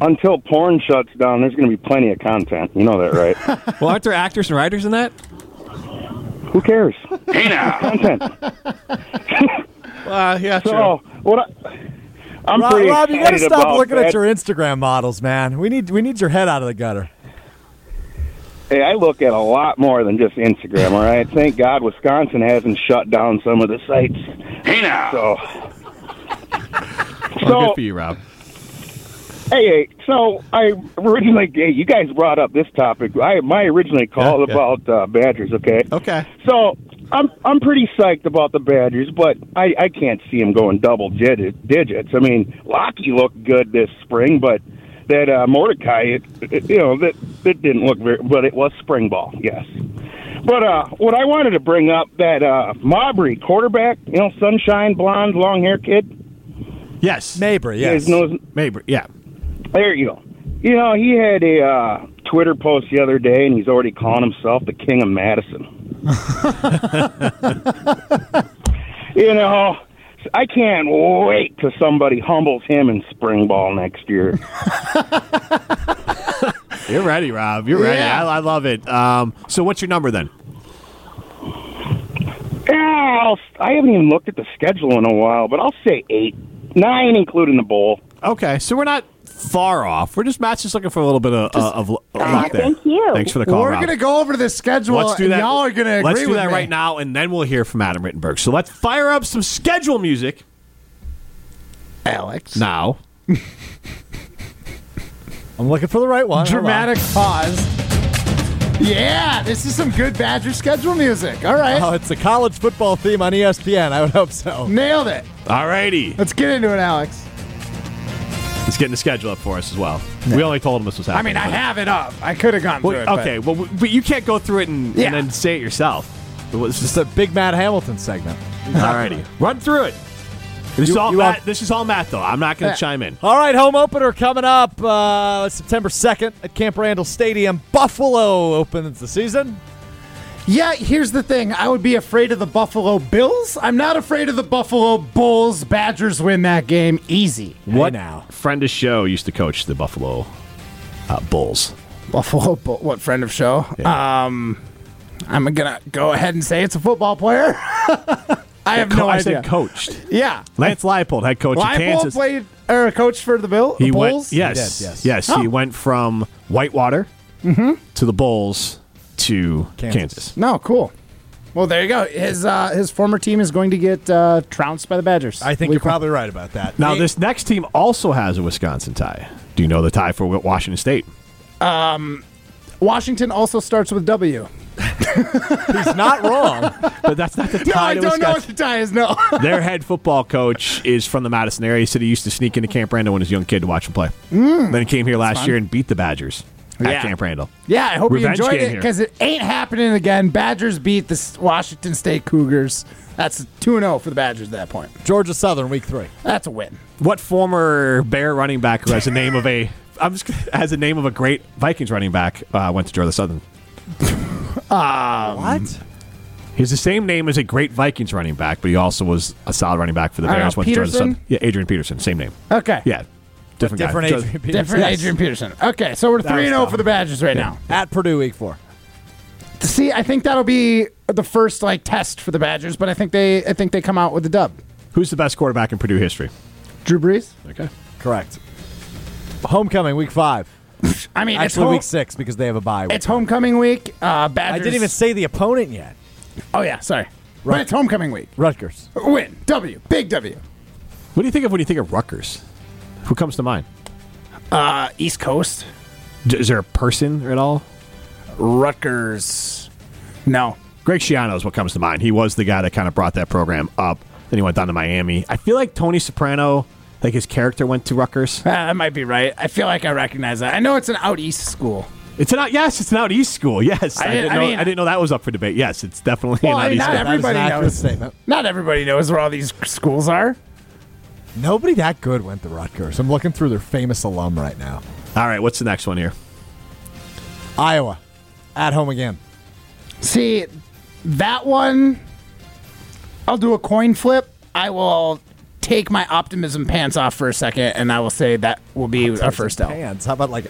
until porn shuts down, there's going to be plenty of content. You know that, right?
well, aren't there actors and writers in that?
Who cares? Hey now, content.
Uh, yeah, true.
So what? I, I'm
Rob,
pretty
Rob, you gotta
excited
stop
about
looking
that.
at your Instagram models, man. We need we need your head out of the gutter.
Hey, I look at a lot more than just Instagram. All right, thank God Wisconsin hasn't shut down some of the sites. Hey now. So.
Well,
so
good for you, Rob.
Hey, hey, so I originally, hey, you guys brought up this topic. I my originally called
yeah.
about uh, Badgers. Okay.
Okay.
So I'm I'm pretty psyched about the Badgers, but I I can't see them going double digit, digits. I mean, Lockie looked good this spring, but that uh, Mordecai, it, it- you know, that that didn't look very. But it was spring ball, yes. But uh, what I wanted to bring up that uh, Mabry quarterback, you know, sunshine blonde, long hair kid.
Yes,
Mabry,
You
yes.
guys know his-
maybe. Yeah.
there you go. You know, he had a uh, Twitter post the other day, and he's already calling himself the King of Madison. you know, I can't wait till somebody humbles him in spring ball next year.
You're ready, Rob. You're ready.
Yeah.
I, I love it. Um, so, what's your number then?
yeah, I'll, I haven't even looked at the schedule in a while, but I'll say eight, nine, including the bowl.
Okay, so we're not far off. We're just Matt's just looking for a little bit of, uh, of l- luck there.
thank you.
Thanks for the call,
We're
Rob.
going to go over the schedule.
Let's do that.
and Y'all are going to agree
Let's do
with
that
me.
right now, and then we'll hear from Adam Rittenberg. So let's fire up some schedule music
Alex.
now.
I'm looking for the right one. Hold on.
Dramatic pause. Yeah, this is some good Badger schedule music. All right.
Oh, it's a college football theme on E ESPN. I would hope so.
Nailed it.
All righty.
Let's get into it, Alex.
He's getting the schedule up for us as well. We only told him this was
I
happening.
mean, I
but-
have it up. I could have gone through it.
Well, okay, well, w- but you can't go through it and,
Yeah.
and then say it yourself. It was
It's
just
a Big Matt Hamilton segment.
all righty. Run through it. This is
You-
all
you
Matt.
have-
This is all Matt though. I'm not going to
Yeah.
chime in.
All right, home opener coming up uh, September 2nd at Camp Randall Stadium. Buffalo opens the season.
But yeah, here's the thing. I would be afraid of the Buffalo Bills. I'm not afraid of the Buffalo Bulls. Badgers win that game easy.
What now?
Friend of show used to coach the Buffalo uh, Bulls.
Buffalo Bull. What friend of show? Um, I'm gonna go ahead and say it's a football player. I have no
I
idea.
said coached.
yeah,
Lance Leipold, head coach of
Leipold
Kansas.
played or coach for the Bill.
he
the
went.
Bulls?
Yes,
He did,
yes,
yes.
He
Oh. Mm-hmm.
went from Whitewater to the Bulls to Kansas.
Kansas.
No, cool. Well, there you go. His uh, his former team is going to get uh, trounced by the Badgers.
I think
Week
you're probably right about that.
Now this next team also has a Wisconsin tie. Do you know the tie for Washington State?
one. Washington also starts with W.
He's not wrong.
But that's not the tie.
No, I
to
don't know
Wisconsin.
what the tie is. No.
Their head football coach is from the Madison area. He said he used to sneak into Camp Randall when he was a young kid to watch him play. Then he came here last year and beat the Badgers at
Mm. Yeah.
Camp Randall.
yeah, I hope
Revenge
you enjoyed
game
it
here.
because it ain't happening again. Badgers beat the S- Washington State Cougars. That's two 0 for the Badgers at that point.
Georgia Southern, week three.
That's a win.
What former Bear running back who has the name of a I'm just, has the name of a great Vikings running back uh, went to Georgia Southern?
What?
He's the same name as a great Vikings running back, but he also was a solid running back for the
I don't
Bears.
know,
went to Georgia
Peterson?
Southern. Yeah, Adrian Peterson, same name.
Okay.
Yeah, different guy.
Different
Georgia-
Adrian Peterson.
Different
Yes.
Adrian Peterson. Okay, so we're
was
three and zero
dumb.
for the Badgers right now.
At Purdue, week four.
See, I think that'll be the first like test for the Badgers, but I think they I think they come out with a dub.
Who's the best quarterback in Purdue history?
Drew Brees.
Okay.
Correct. Homecoming, week five.
I mean, it's
Actually,
home,
week six because they have a bye. week.
it's homecoming week. Uh, Badgers.
I didn't even say the opponent yet.
Oh yeah, sorry. But
Right.
it's homecoming week.
Rutgers.
Win W, big W.
What do you think of when you think of Rutgers? Who comes to mind?
Uh, East Coast.
D- Is there a person at all?
Rutgers. No.
Greg Schiano is what comes to mind. He was the guy that kind of brought that program up. Then he went down to Miami. I feel like Tony Soprano, like his character went to Rutgers.
Uh, that might be right. I feel like I recognize that. I know it's an out east school.
It's an out, yes, it's an out east school. Yes,
I
I,
didn't-
didn't
I
know. I,
mean-
didn't know that was up for debate. Yes, it's definitely
Well,
an
I
out
mean,
east
not
school.
That is an
Everybody
accurate
knows.
statement.
Not everybody knows where all these schools are.
Nobody that good went to Rutgers. I'm looking through their famous alum right now.
All right, what's the next one here?
Iowa. At home again.
See, that one, I'll do a coin flip. I will take my optimism pants off for a second, and I will say that will be our first L.
Hands. How about like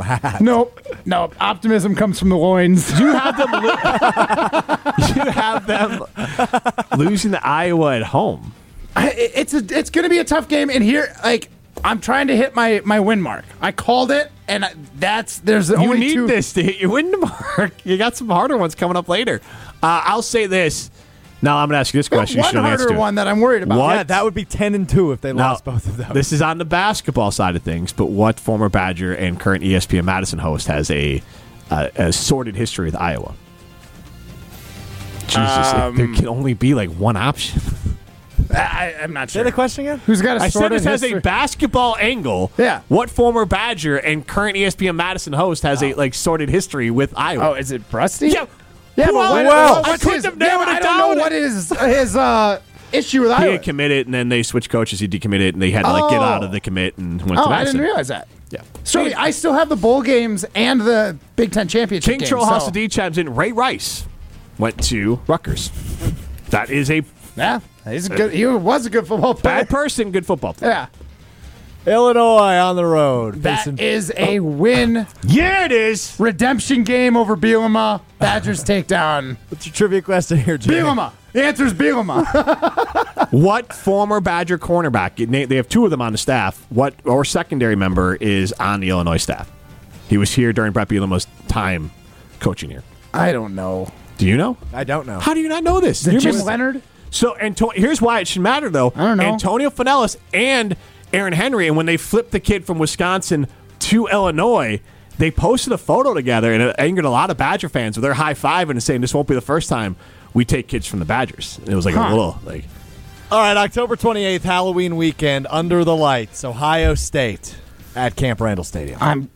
hat?
Nope, nope. Optimism comes from the loins.
You have them. lo- you have them losing to Iowa at home.
I- it's a, it's going to be a tough game. And here, like, I'm trying to hit my my win mark. I called it, and I- that's there's
You
only
need
two.
this to hit your win mark. You got some harder ones coming up later. Uh, I'll say this. Now I'm going to ask you this
One
question. You should know the answer
harder
to it.
one that I'm worried about.
What?
Yeah, that would be ten and two if they
Now,
lost both of those.
This is on the basketball side of things, but what former Badger and current E ESPN Madison host has a uh, a sordid history with Iowa? Jesus, there
Um,
can only be like one option.
I, I'm not
Say
sure.
the question again.
Who's got a
I said
sordid
this has a
history?
basketball angle.
Yeah.
What former Badger and current E ESPN Madison host has a like sordid history with Iowa?
Oh, is it Brusty?
Yeah.
Yeah,
Who
but
else?
what,
Well,
what's
I couldn't
his-
have
yeah,
narrowed
but
it
I don't
down.
know what is his uh, issue with
he
Iowa.
had committed, and then they switched coaches. He decommitted, and they had to like get
Oh.
out of the commit and went
oh,
to
I
Madison.
didn't realize that.
Yeah.
So I still have the bowl games and the Big Ten championship.
King
game,
Troll
so-
House D chimes in. Ray Rice went to Rutgers. That is a
Yeah, he's a good. He was a good football player.
bad person, good football player.
Yeah,
Illinois on the road.
that
facing-
is a win
Yeah, it is.
redemption game over Bielema. Badgers take down
What's your trivia question here, Jay?
Bielema. The answer is Bielema.
What former Badger cornerback? na- They have two of them on the staff. What or secondary member is on the Illinois staff? He was here during Brett Bielema's time coaching here.
I don't know.
Do you know?
I don't know.
How do you not know this?
Is it
You're
Jim
missing-
Leonard?
So Anto- here's why it should matter, though.
I don't know.
Antonio Finellis and Aaron Henry, and when they flipped the kid from Wisconsin to Illinois, they posted a photo together and it angered a lot of Badger fans with their high five and saying, "This won't be the first time we take kids from the Badgers." And it was like a
Huh.
little like
All right, October 28th, Halloween weekend, under the lights, Ohio State at Camp Randall Stadium.
I'm,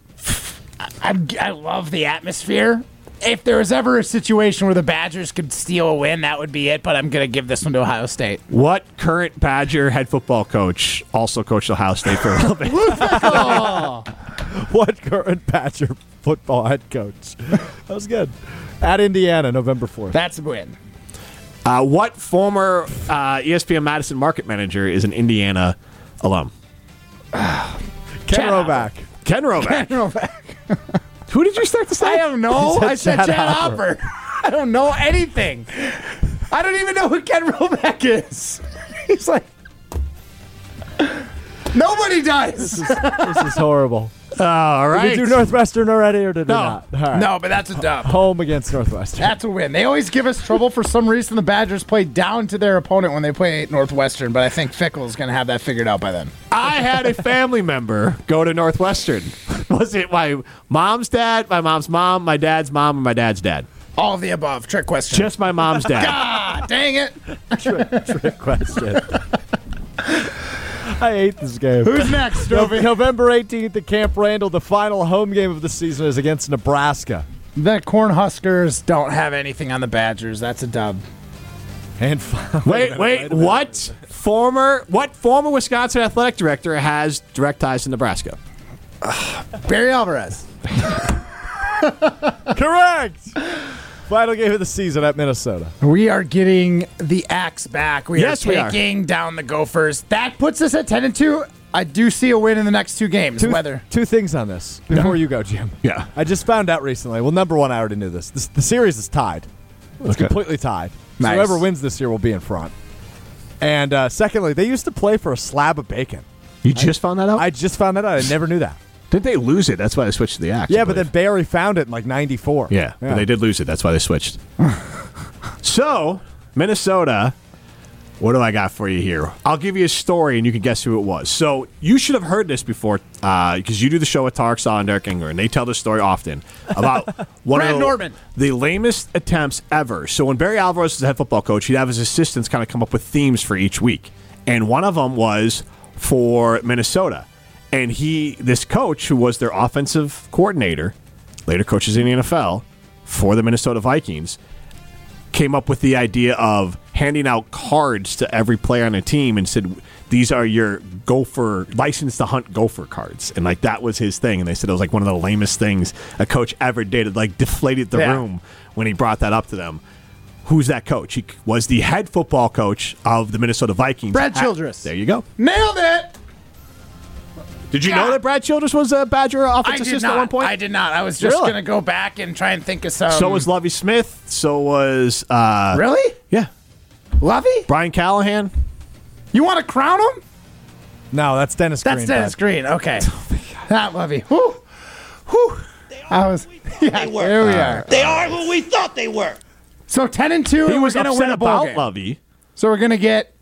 I'm, I love the atmosphere. If there was ever a situation where the Badgers could steal a win, that would be it. But I'm gonna give this one to Ohio State.
what current Badger head football coach also coached Ohio State for a little bit?
What current Badger football head coach? That was good. At Indiana, November 4th.
That's a win.
Uh, what former uh, ESPN Madison market manager is an Indiana alum?
Ken
Chad
Roback.
Ken Roback. Who did you start to say?
I don't know.
said
I said
Chad
Chad, Hopper. I don't know anything. I don't even know who Ken Roback is. He's like nobody does.
This is horrible.
All right.
Did you do Northwestern already or did
No.
we not? All right.
No, but that's a dub.
Home against Northwestern.
That's a win. They always give us trouble for some reason. The Badgers play down to their opponent when they play Northwestern, but I think Fickle's going to have that figured out by then.
I had a family member go to Northwestern. Was it my mom's dad, my mom's mom, my dad's mom, or my dad's dad?
All of the above. Trick question.
Just my mom's dad.
ah, dang it.
Trick question. I hate this game.
Who's next,
Nov-
Roby?
November 18th at Camp Randall, the final home game of the season is against Nebraska.
The Cornhuskers don't have anything on the Badgers. That's a dub.
And fi-
Wait, wait, what former what former Wisconsin athletic director has direct ties to Nebraska?
Barry Alvarez.
Correct. Final game of the season at Minnesota.
We are getting the axe back. We
Yes,
are
we are.
taking down the Gophers. That puts us at 10 and 2. I do see a win in the next two games.
Two,
Weather.
two things on this before you go, Jim.
Yeah.
I just found out recently. Well, number one, I already knew this. this the series is tied. It's completely tied. So
Nice.
whoever wins this year will be in front. And uh, secondly, they used to play for a slab of bacon.
You just found that out?
I just found that out. I never knew that.
did they lose it? That's why they switched to the axe.
Yeah, but then Barry found it in like '94.
Yeah, but they did lose it. That's why they switched. so, Minnesota, what do I got for you here? I'll give you a story and you can guess who it was. So, you should have heard this before because you do the show with Tarek Saw and Derek Inger, and they tell this story often about one
Brad
of the,
Norman.
the lamest attempts ever. So, when Barry Alvarez was the head football coach, he'd have his assistants kind of come up with themes for each week. And one of them was for Minnesota. And he, this coach who was their offensive coordinator, later coaches in the NFL for the Minnesota Vikings, came up with the idea of handing out cards to every player on a team and said, "These are your gopher license to hunt gopher cards," and like that was his thing. And they said it was like one of the lamest things a coach ever did. It like deflated the
Yeah.
room when he brought that up to them. Who's that coach? He was the head football coach of the Minnesota Vikings.
Brad
at-
Childress.
There you go.
Nailed it.
Did you
Yeah.
know that Brad Childress was a Badger offensive
I did
assistant
not.
at one point?
I did not. I was just
Really?
gonna go back and try and think of some.
So was Lovey Smith. So was uh,
really
yeah,
Lovey.
Brian Callahan.
You want to crown him?
No, that's Dennis
That's
Green.
Dennis Green. Okay,
Oh
not Lovey. Whew. Whew. I was. Yeah, Here we are.
They are who we thought they were.
So ten and two.
He was
going to
upset
win a bowl
about
game.
Lovey.
So we're gonna get.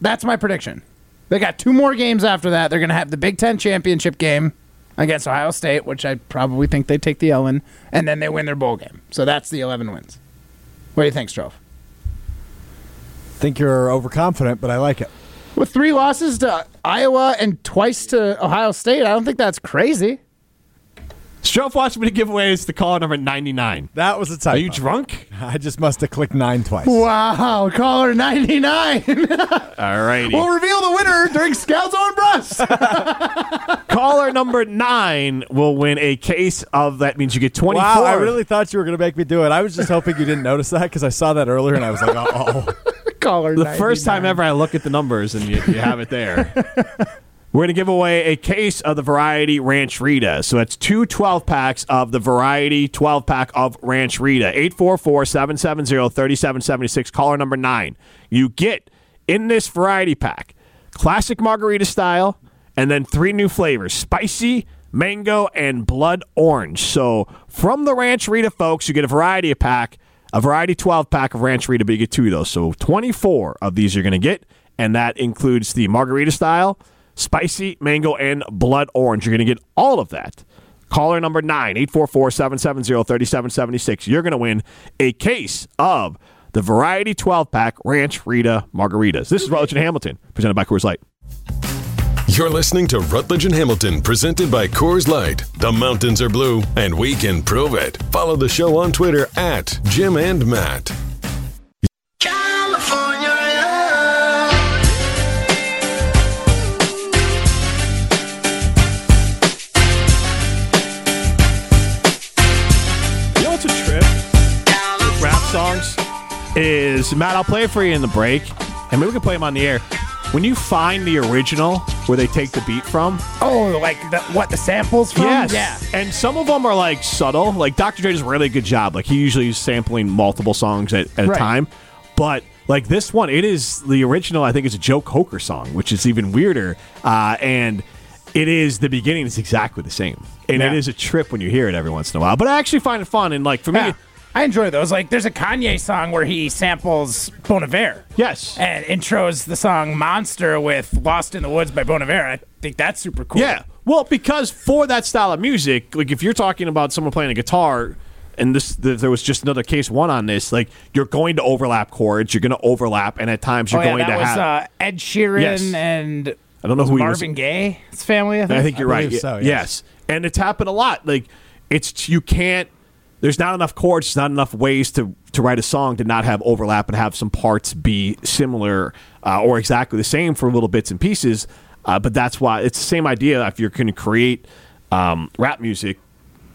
That's my prediction. They got two more games after that. They're gonna have the Big Ten championship game against Ohio State, which I probably think they take the L in, and then they win their bowl game. So that's the eleven wins. What do you think, Strove?
Think you're overconfident, but I like it.
With three losses to Iowa and twice to Ohio State, I don't think that's crazy.
Strofe wants me to give away is the call number ninety nine.
That was a typo.
Are you drunk?
I just must have clicked nine twice.
Wow, caller 99.
All righty.
we'll reveal the winner during Scouts on Brust.
caller number nine will win a case of that means you get twenty four.
Wow, I really thought you were going to make me do it. I was just hoping you didn't notice that because I saw that earlier and I was like, oh.
caller
the first time
99.
ever I look at the numbers and you, you have it there. We're going to give away a case of the Variety Ranch Rita. So that's two 12 packs of the Variety 12 pack of Ranch Rita. 844 770 3776, caller number nine. You get in this variety pack classic margarita style and then three new flavors spicy, mango, and blood orange. So from the Ranch Rita, folks, you get a variety of pack a variety 12 pack of Ranch Rita, but you get two of those. So 24 of these you're going to get, and that includes the margarita style, spicy, mango, and blood orange. You're going to get all of that. Caller number 9, 844 770 3776. You're going to win a case of the variety 12 pack Ranch Rita margaritas. This is Rutledge and Hamilton, presented by Coors Light.
You're listening to Rutledge and Hamilton, presented by Coors Light. The mountains are blue, and we can prove it. Follow the show on Twitter at Jim and Matt.
California, yeah.
You know what's a trip? Rap songs is Matt. I'll play it for you in the break, and maybe we can play them on the air. When you find the original where they take the beat from,
Oh, like the, what, the samples from? Yeah.
and some of them are like subtle. Like Dr. Dre does a really good job. Like he usually is sampling multiple songs at, at a
Right.
time, but like this one, it is the original. I think it's a Joe Coker song, which is even weirder. Uh, and it is the beginning is exactly the same, and it
Yeah.
is a trip when you hear it every once in a while. But I actually find it fun, and like for me,
Yeah. I enjoy those. Like, there's a Kanye song where he samples Bon Iver
yes,
and intros the song Monster with Lost in the Woods by Bon Iver. I think that's super cool.
Yeah. Well, because for that style of music, like if you're talking about someone playing a guitar, and this th- there was just another case one on this, like you're going to overlap chords, you're going to overlap, and at times you're
Oh, yeah,
going
that
to
was
have.
uh, Ed Sheeran
Yes.
and
I don't know who he was-
Marvin Gaye's family. I think.
I think you're
I
right.
believe so,
yes.
yes.
and it's happened a lot. Like it's you can't. There's not enough chords. There's not enough ways to to write a song to not have overlap and have some parts be similar uh, or exactly the same for little bits and pieces. Uh, but that's why it's the same idea. If you're going to create um, rap music,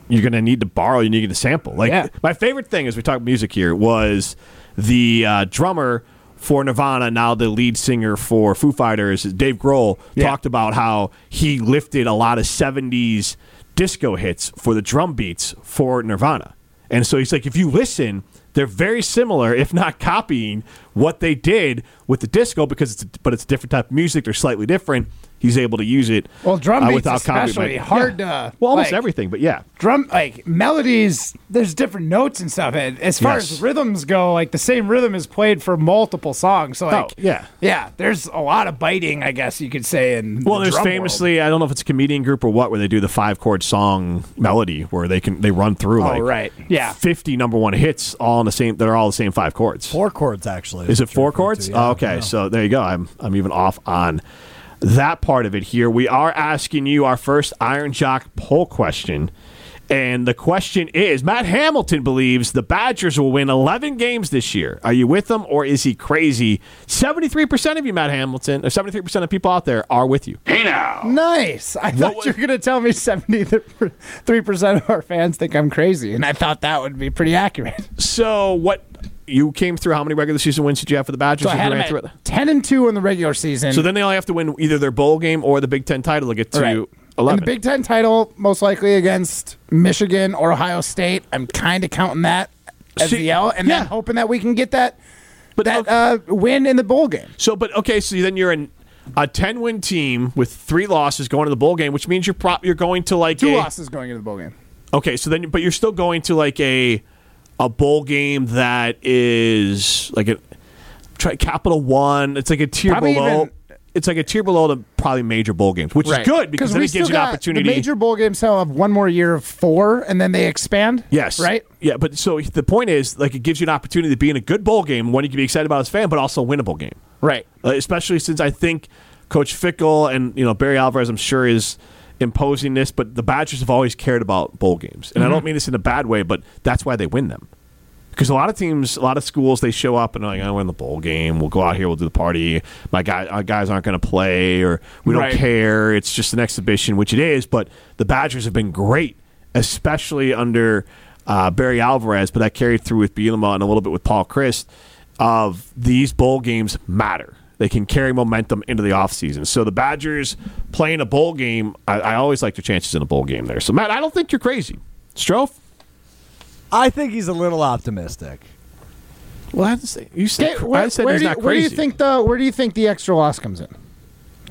you're going to need to borrow. You need to sample. Like
Yeah.
my favorite thing as we talk music here was the uh, drummer for Nirvana, now the lead singer for Foo Fighters, Dave Grohl,
Yeah.
talked about how he lifted a lot of 70s disco hits for the drum beats for Nirvana. And so he's like, if you listen, they're very similar, if not copying what they did with the disco, because it's but it's a different type of music. They're slightly different. He's able to use it uh,
Well, drum beats
copying.
especially, hard to,
well, almost
like-
everything, but yeah.
drum like melodies there's different notes and stuff and as far
Yes.
as rhythms go like the same rhythm is played for multiple songs so like
Oh, yeah.
yeah there's a lot of biting i guess you could say in
Well,
the
there's
drum
famously I don't know if it's a comedian group or what where they do the five chord song melody where they can they run through
world.
like
oh right yeah
fifty number one hits all in the same that are all the same five chords.
Four chords, actually.
Is it four
Referred to,
chords? Uh,
yeah.
Oh, okay, so there you go. I'm I'm even off on that part of it here. We are asking you our first Iron Jock poll question. And the question is Matt Hamilton believes the Badgers will win 11 games this year. Are you with him or is he crazy? 73% of you, Matt Hamilton, or 73% of people out there are with you.
Nice. I thought you were going to tell me 73% of our fans think I'm crazy, and I thought that would be pretty accurate.
So, what you came through, how many regular season wins did you have for the Badgers?
So I
if you
had them
ran through it?
at 10 and 2 in the regular season.
So then they only have to win either their bowl game or the Big Ten title to get to
Right. And
11.
the Big Ten title, most likely against Michigan or Ohio State. I'm kind of counting that as
See,
the L, and
yeah.
then hoping that we can get that
but
that
okay,
uh, win in the bowl game.
so, but okay, so then you're in a 10 win team with three losses going to the bowl game, which means you're prop you're going to like
Two
a,
losses going into the bowl game.
Okay, so then, but you're still going to like a a bowl game that is like a try Capital One. It's like a tier
Probably
below.
even-
it's like a tier below to probably major bowl games, which is good because then
we
it gives
still
you an
got-
opportunity.
The major bowl games still have one more year of four, and then they expand.
Yes.
Right.
Yeah, but so the point is, like, it gives you an opportunity to be in a good bowl game, one you can be excited about as a fan, but also a winnable game.
Right.
Uh, especially since I think Coach Fickle and you know Barry Alvarez, I'm sure, is imposing this, but the Badgers have always cared about bowl games,
Mm-hmm.
and I don't mean this in a bad way, but that's why they win them. Because a lot of teams, a lot of schools, they show up and they're like, "Oh, we're in the bowl game. We'll go out here. We'll do the party. My guy, our guys aren't going to play, or we don't
Right.
care. It's just an exhibition, which it is." But the Badgers have been great, especially under uh, Barry Alvarez. But that carried through with Bielema and a little bit with Paul Christ. Of these bowl games matter. They can carry momentum into the offseason. So the Badgers playing a bowl game, I, I always like their chances in a bowl game there. So Matt, I don't think you're crazy, Strofe.
I think he's a little optimistic.
Well, I have to say, you said,
Okay, where,
I said
where
he's
do you,
not crazy.
where do you think the where do you think the extra loss comes in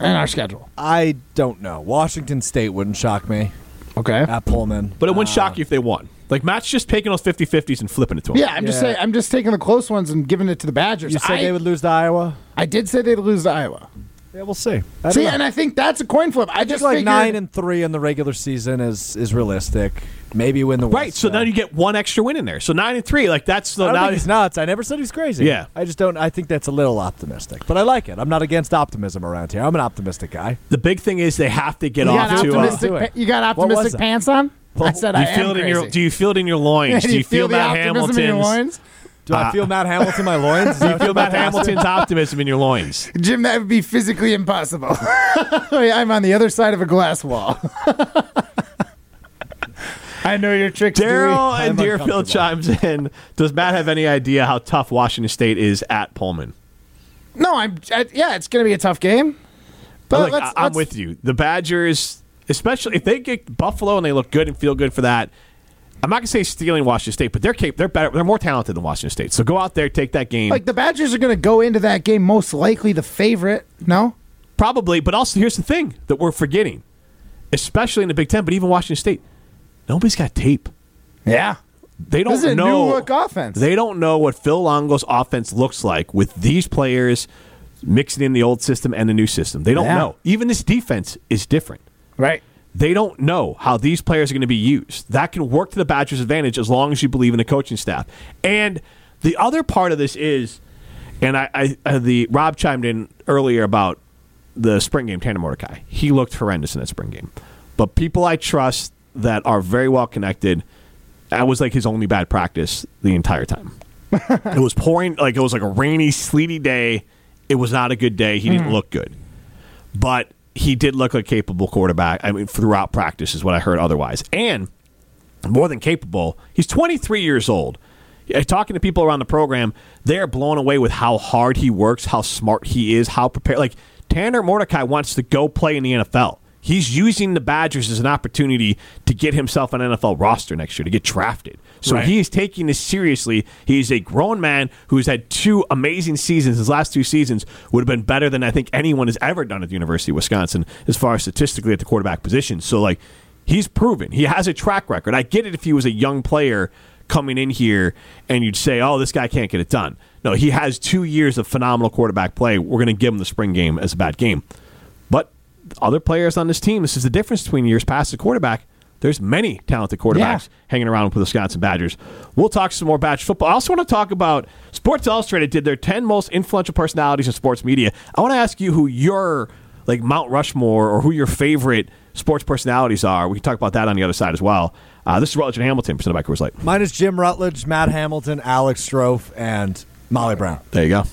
in our schedule?
I don't know. Washington State wouldn't shock me
Okay.
at Pullman.
But it wouldn't shock you if they won. Like, Matt's just taking those 50 50s and flipping it to him.
Uh. Yeah, I'm just
Yeah.
saying. I'm just taking the close ones and giving it to the Badgers.
you said
I,
they would lose to Iowa.
I did say they'd lose to Iowa.
Yeah, we'll see. I
See,
don't know.
and I think that's a coin flip. I
I think
just
like
figured,
nine and three in the regular season is is realistic. Maybe win the
Right.
West,
So
though.
now you get one extra win in there. So 9 and 3. Like, that's
I
the.
don't
Now,
think he's nuts. I never said he's crazy.
Yeah.
I just don't. I think that's a little optimistic, but I like it. I'm not against optimism around here. I'm an optimistic guy.
the big thing is they have to get
You
off
got,
to. Uh,
optimistic,
Do
pa-
it.
you got
What was
optimistic
that?
pants on. I said
do you
I
feel
am
it in your
crazy.
Do you feel it in your loins?
Do
do you feel,
the
Matt
optimism in your
Hamilton's?
loins?
Do I feel Matt Hamilton in my loins?
Do you feel Matt Hamilton's optimism in your loins?
Jim, that would be physically impossible. I mean, I'm on the other side of a glass wall. I know your tricks,
Daryl
Dewey.
and Deerfield chimes in. Does Matt have any idea how tough Washington State is at Pullman?
No, I'm. I, yeah, it's going to be a tough game. But
Look,
let's,
I- I'm
let's-
with you. The Badgers, especially if they get Buffalo and they look good and feel good for that. I'm not gonna say stealing Washington State, but they're cap- they're better, they're more talented than Washington State. So go out there, take that game,
Like the Badgers are going to go into that game most likely the favorite. No,
probably. But also, here's the thing that we're forgetting, especially in the Big Ten, but even Washington State, nobody's got tape.
yeah,
They don't
This is a
know
new look offense.
They don't know what Phil Longo's offense looks like with these players mixing in the old system and the new system. They don't
Yeah.
know. Even this defense is different.
right.
they don't know how these players are going to be used. That can work to the Badgers' advantage as long as you believe in the coaching staff. And the other part of this is, and I, I uh, the Rob chimed in earlier about the spring game. Tanner Mordecai, he looked horrendous in that spring game, but people I trust that are very well connected. That was like his only bad practice the entire time. it was pouring like it was like a rainy, sleety day. It was not a good day. He didn't look good but he did look like a capable quarterback. I mean, throughout practice is what I heard otherwise, and more than capable. He's 23 years old. Yeah, Talking to people around the program, they are blown away with how hard he works, how smart he is, how prepared. Like Tanner Mordecai wants to go play in the NFL. He's using the Badgers as an opportunity to get himself an NFL roster next year, to get drafted. So
Right.
he is taking this seriously. He is a grown man who's had two amazing seasons. His last two seasons would have been better than I think anyone has ever done at the University of Wisconsin as far as statistically at the quarterback position. So, like, he's proven. He has a track record. I get it if he was a young player coming in here and you'd say, oh, this guy can't get it done. No, he has two years of phenomenal quarterback play. We're going to give him the spring game as a bad game. But other players on this team, this is the difference between years past the quarterback. There's many talented quarterbacks
Yeah.
hanging around with the Wisconsin Badgers. We'll talk some more Badger football. I also want to talk about Sports Illustrated did their 10 most influential personalities in sports media. I want to ask you who your like Mount Rushmore or who your favorite sports personalities are. We can talk about that on the other side as well. Uh, this is Rutledge and Hamilton presented by Coors Light.
Mine is Jim Rutledge, Matt Hamilton, Alex Strofe, and Molly Brown.
There you go.